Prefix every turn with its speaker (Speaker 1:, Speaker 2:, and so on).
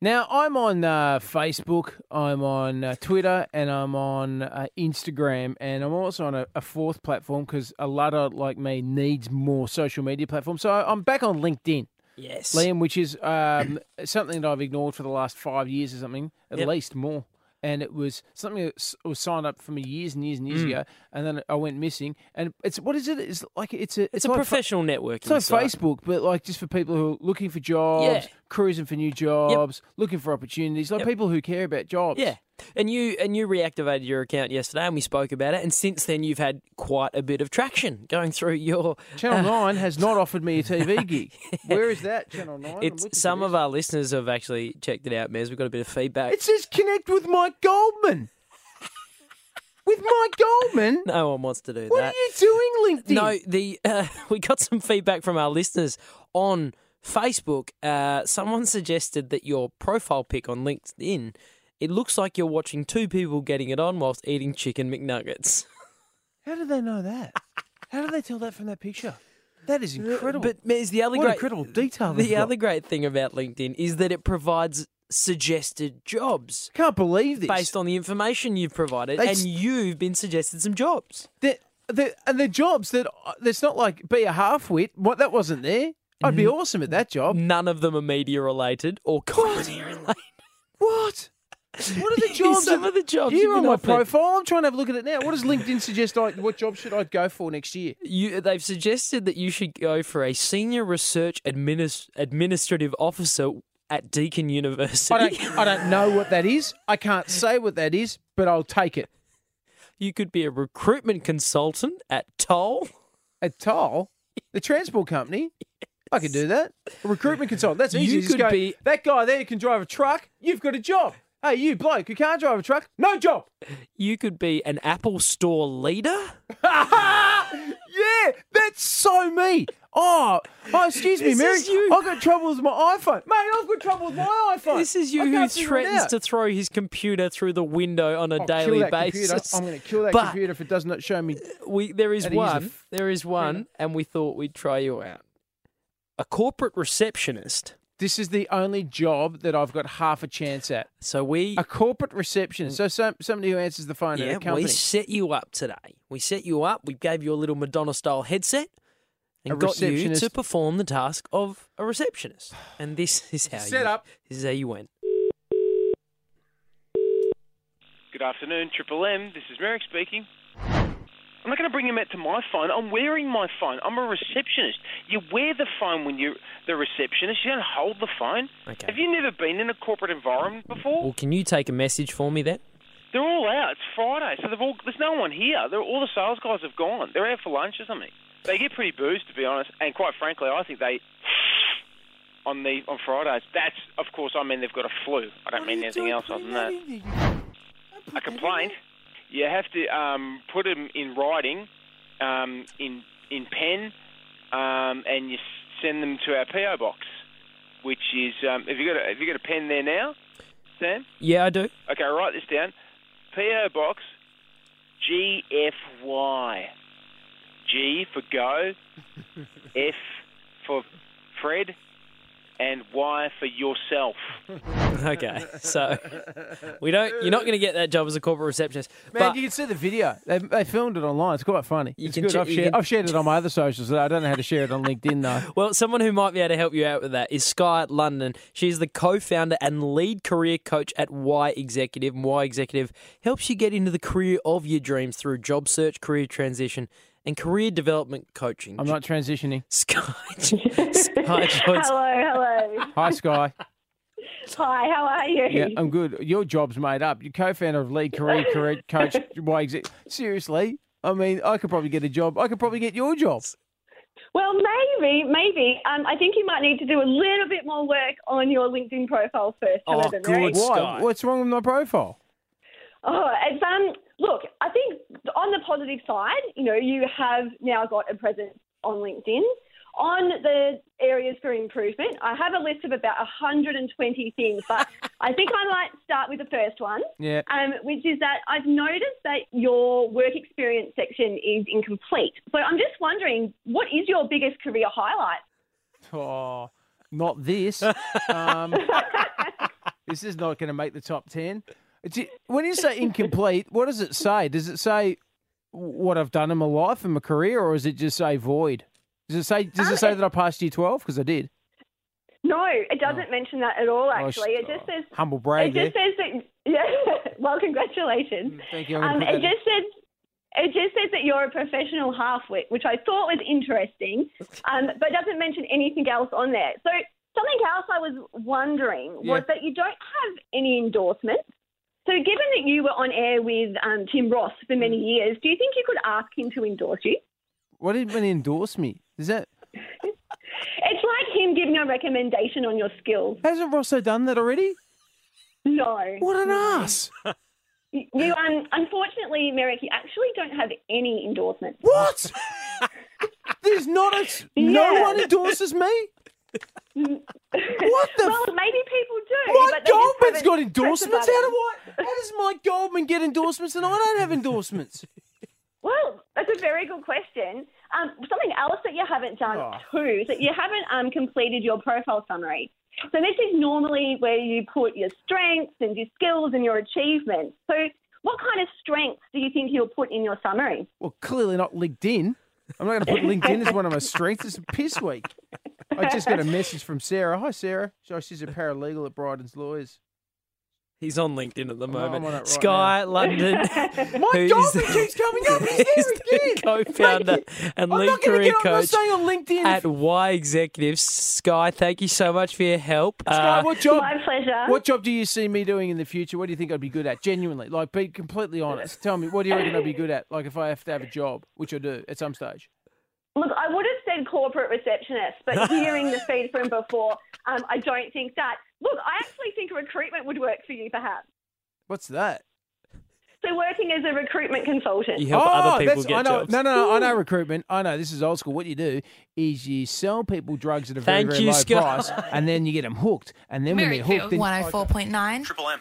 Speaker 1: Now I'm on uh, Facebook, I'm on uh, Twitter, and I'm on uh, Instagram, and I'm also on a, a fourth platform because a lot like me needs more social media platforms. So I'm back on LinkedIn,
Speaker 2: Yes.
Speaker 1: Liam, which is um, something that I've ignored for the last five years or something, at
Speaker 2: Yep.
Speaker 1: least more. And it was something that s- was signed up for me years and years and
Speaker 2: Mm.
Speaker 1: years ago, and then I went missing. And it's what is it? It's like it's a
Speaker 2: It's a
Speaker 1: like fa-
Speaker 2: professional
Speaker 1: it's
Speaker 2: networking
Speaker 1: like
Speaker 2: site.
Speaker 1: Facebook, but like just for people who are looking for jobs,
Speaker 2: Yeah.
Speaker 1: cruising for new jobs, looking for opportunities, like
Speaker 2: Yep.
Speaker 1: people who care about jobs.
Speaker 2: Yeah. And you and you reactivated your account yesterday and we spoke about it and since then you've had quite a bit of traction going through your
Speaker 1: Channel 9 has not offered me a TV gig. Where is that, Channel 9? I'm looking for
Speaker 2: it's some of
Speaker 1: this.
Speaker 2: our listeners have actually checked it out, Mez. We've got a bit of feedback.
Speaker 1: It says connect with Mike Goldman. with Mike Goldman?
Speaker 2: no one wants to do
Speaker 1: What
Speaker 2: that.
Speaker 1: are you doing, LinkedIn?
Speaker 2: No, the uh, we got some feedback from our listeners on Facebook. Uh, someone suggested that your profile pic on LinkedIn it looks like you're watching two people getting it on whilst eating chicken McNuggets.
Speaker 1: How do they know that? How do they tell that from that picture? That is incredible.
Speaker 2: Uh, But Mez, the other
Speaker 1: what
Speaker 2: great
Speaker 1: incredible detail they've
Speaker 2: the
Speaker 1: got.
Speaker 2: other great thing about LinkedIn is that it provides suggested jobs
Speaker 1: Can't believe this.
Speaker 2: based on the information you've provided,
Speaker 1: They
Speaker 2: and
Speaker 1: s-
Speaker 2: you've been suggested some jobs.
Speaker 1: They're, they're, and they're jobs that that's not like be a halfwit. What that wasn't there. I'd be awesome at that job.
Speaker 2: None of them are media related or comedy related.
Speaker 1: What? What are the jobs?
Speaker 2: Some
Speaker 1: that-
Speaker 2: of the jobs you've
Speaker 1: You're on
Speaker 2: been
Speaker 1: my
Speaker 2: offered.
Speaker 1: profile. I'm trying to have a look at it now. What does LinkedIn suggest? I what job should I go for next year?
Speaker 2: You, they've suggested that you should go for a senior research administ- administrative officer at Deakin University.
Speaker 1: I don't. I don't know what that is. I can't say what that is, but I'll take it.
Speaker 2: You could be a recruitment consultant at Toll.
Speaker 1: At Toll, the transport company. I could do that. A recruitment consultant. That's easy.
Speaker 2: You
Speaker 1: Just
Speaker 2: could
Speaker 1: go,
Speaker 2: be-
Speaker 1: that guy there can drive a truck. You've got a job. Hey, you bloke who can't drive a truck, no job.
Speaker 2: You could be an Apple store leader.
Speaker 1: yeah, that's so me. Oh, oh excuse me,
Speaker 2: This
Speaker 1: Mary.
Speaker 2: is you.
Speaker 1: I've got trouble with my iPhone. Mate, I've got trouble with my iPhone.
Speaker 2: This is
Speaker 1: I
Speaker 2: you who
Speaker 1: can't figure it
Speaker 2: threatens
Speaker 1: out.
Speaker 2: to throw his computer through the window on a
Speaker 1: I'll kill
Speaker 2: daily
Speaker 1: that computer.
Speaker 2: basis.
Speaker 1: I'm going to kill that
Speaker 2: But-
Speaker 1: computer if it does not show me.
Speaker 2: We there is
Speaker 1: That is a
Speaker 2: one.
Speaker 1: f-
Speaker 2: there is one, and we thought we'd try you out. A corporate receptionist.
Speaker 1: This is the only job that I've got half a chance at.
Speaker 2: So we
Speaker 1: A corporate receptionist. So some, somebody who answers the phone at
Speaker 2: yeah,
Speaker 1: a company.
Speaker 2: we set you up today. We set you up. We gave you a little Madonna style headset and
Speaker 1: A
Speaker 2: got you to
Speaker 1: receptionist.
Speaker 2: perform the task of a receptionist. And this is how
Speaker 1: Set
Speaker 2: you,
Speaker 1: up.
Speaker 2: This is how you went.
Speaker 3: Good afternoon, Triple M. This is Merrick speaking. I'm not going to bring him out to my phone. I'm wearing my phone. I'm a receptionist. You wear the phone when you're the receptionist. You don't hold the phone.
Speaker 2: Okay.
Speaker 3: Have you never been in a corporate environment before?
Speaker 2: Well, can you take a message for me then?
Speaker 3: They're all out. It's Friday, so they've all, there's no one here. They're, all the sales guys have gone. They're out for lunch or something. They get pretty boozed, to be honest. And quite frankly, I think they on the on Fridays. That's of course. I mean, they've got a flu. I don't mean anything else other than that. a complaint, you have to um, put them in writing, um, in in pen, um, and you s- send them to our PO box, which is um, have you got a, have you got a pen there now, Sam?
Speaker 2: Yeah, I do.
Speaker 3: Okay, write this down. PO box, GFY, G for go, F for Fred, and Y for yourself.
Speaker 2: Okay, so we don't. You're not going to get that job as a corporate receptionist.
Speaker 1: Man,
Speaker 2: but
Speaker 1: you can see the video. They, they filmed it online. It's quite funny.
Speaker 2: You
Speaker 1: It's
Speaker 2: can
Speaker 1: good.
Speaker 2: che-
Speaker 1: I've,
Speaker 2: you
Speaker 1: shared,
Speaker 2: can-
Speaker 1: I've shared it on my other socials. though. I don't know how to share it on LinkedIn though.
Speaker 2: Well, someone who might be able to help you out with that is Sky at London. She's the co-founder and lead career coach at Y Executive. And Y Executive helps you get into the career of your dreams through job search, career transition, and career development coaching.
Speaker 1: I'm not transitioning.
Speaker 2: Sky, Sky joins.
Speaker 4: Hello, hello.
Speaker 1: Hi, Sky.
Speaker 4: Hi, how are you?
Speaker 1: Yeah, I'm good. Your job's made up. You're co-founder of Lead Career Career Coach. Why exi- Seriously, I mean, I could probably get a job. I could probably get your job.
Speaker 4: Well, maybe, maybe. Um, I think you might need to do a little bit more work on your LinkedIn profile first.
Speaker 2: Oh,
Speaker 4: however,
Speaker 2: good.
Speaker 4: Mary.
Speaker 2: Sky.
Speaker 1: Why? What's wrong with my profile?
Speaker 4: Oh, it's, um, look, I think on the positive side, you know, you have now got a presence on LinkedIn. On the areas for improvement, I have a list of about 120 things, but I think I might start with the first one.
Speaker 1: Yeah.
Speaker 4: um, which is that I've noticed that your work experience section is incomplete. So I'm just wondering, what is your biggest career highlight?
Speaker 1: Oh, not this. Um, This is not going to make the top 10. It's, when you say incomplete, what does it say? Does it say what I've done in my life and my career, or does it just say void? Does it say,
Speaker 4: Um,
Speaker 1: does it say that I passed year 12? Because I did.
Speaker 4: No, it doesn't mention that at all.
Speaker 1: I
Speaker 4: Actually,
Speaker 1: s-
Speaker 4: it just says
Speaker 1: Humble brag
Speaker 4: it
Speaker 1: there.
Speaker 4: just says that. Yeah. well, congratulations.
Speaker 1: Thank you. I'm gonna
Speaker 4: Um,
Speaker 1: put
Speaker 4: it
Speaker 1: that in.
Speaker 4: just says it just says that you're a professional halfwit, which I thought was interesting, um, but doesn't mention anything else on there. So something else I was wondering was that you don't have any endorsements. So given that you were on air with um, Tim Ross for many years, do you think you could ask him to endorse you?
Speaker 1: What did when endorse me? Is that
Speaker 4: It's like him giving a recommendation on your skills.
Speaker 1: hasn't Rosso done that already?
Speaker 4: No.
Speaker 1: What an ass!
Speaker 4: You, um, unfortunately, Merrick, you actually don't have any endorsements.
Speaker 1: What? There's not a s- no
Speaker 4: Yeah.
Speaker 1: one endorses me. What the?
Speaker 4: Well,
Speaker 1: f-
Speaker 4: maybe people do.
Speaker 1: what
Speaker 4: but
Speaker 1: Goldman's
Speaker 4: they just haven't
Speaker 1: got
Speaker 4: pressed
Speaker 1: endorsements?
Speaker 4: the
Speaker 1: How do
Speaker 4: button.
Speaker 1: I? How does Mike Goldman get endorsements and I don't have endorsements?
Speaker 4: Well, that's a very good question. Um, something else that you haven't done
Speaker 1: Oh.
Speaker 4: too is that you haven't um, completed your profile summary. So this is normally where you put your strengths and your skills and your achievements. So what kind of strengths do you think you'll put in your summary?
Speaker 1: Well, clearly not LinkedIn. I'm not going to put LinkedIn as one of my strengths. It's a piss week. I just got a message from Sarah. Hi, Sarah. So She's a paralegal at Bryden's Lawyers.
Speaker 2: He's on LinkedIn at the
Speaker 1: on
Speaker 2: moment.
Speaker 1: it right
Speaker 2: Sky London.
Speaker 1: Mike
Speaker 2: who's-
Speaker 1: Goldman keeps coming up. He's
Speaker 2: is
Speaker 1: there
Speaker 2: the
Speaker 1: again.
Speaker 2: co-founder and
Speaker 1: I'm
Speaker 2: lead
Speaker 1: not going to
Speaker 2: career
Speaker 1: get on. I'm not
Speaker 2: coach
Speaker 1: staying on LinkedIn.
Speaker 2: at Y Executives. Sky, thank you so much for your help.
Speaker 1: Sky,
Speaker 2: Uh,
Speaker 1: what job?
Speaker 4: My pleasure.
Speaker 1: What job do you see me doing in the future? What do you think I'd be good at? Genuinely, like, be completely honest. Tell me, what do you reckon I'd be good at? Like, if I have to have a job, which I do at some stage.
Speaker 4: Look, I would have said corporate receptionist, but hearing the feed from before, um, I don't think that. Look, I actually think recruitment would work for you, perhaps.
Speaker 1: What's that?
Speaker 4: So working as a recruitment consultant.
Speaker 2: you help other people
Speaker 1: Oh, that's-
Speaker 2: get
Speaker 1: I know.
Speaker 2: jobs.
Speaker 1: No, no, no. I know recruitment. I know this is old school. What you do is you sell people drugs at a very,
Speaker 2: Thank
Speaker 1: very
Speaker 2: you,
Speaker 1: low
Speaker 2: Sky.
Speaker 1: price, and then you get them hooked. And then when they're hooked, then
Speaker 5: 104.9.
Speaker 6: Triple M.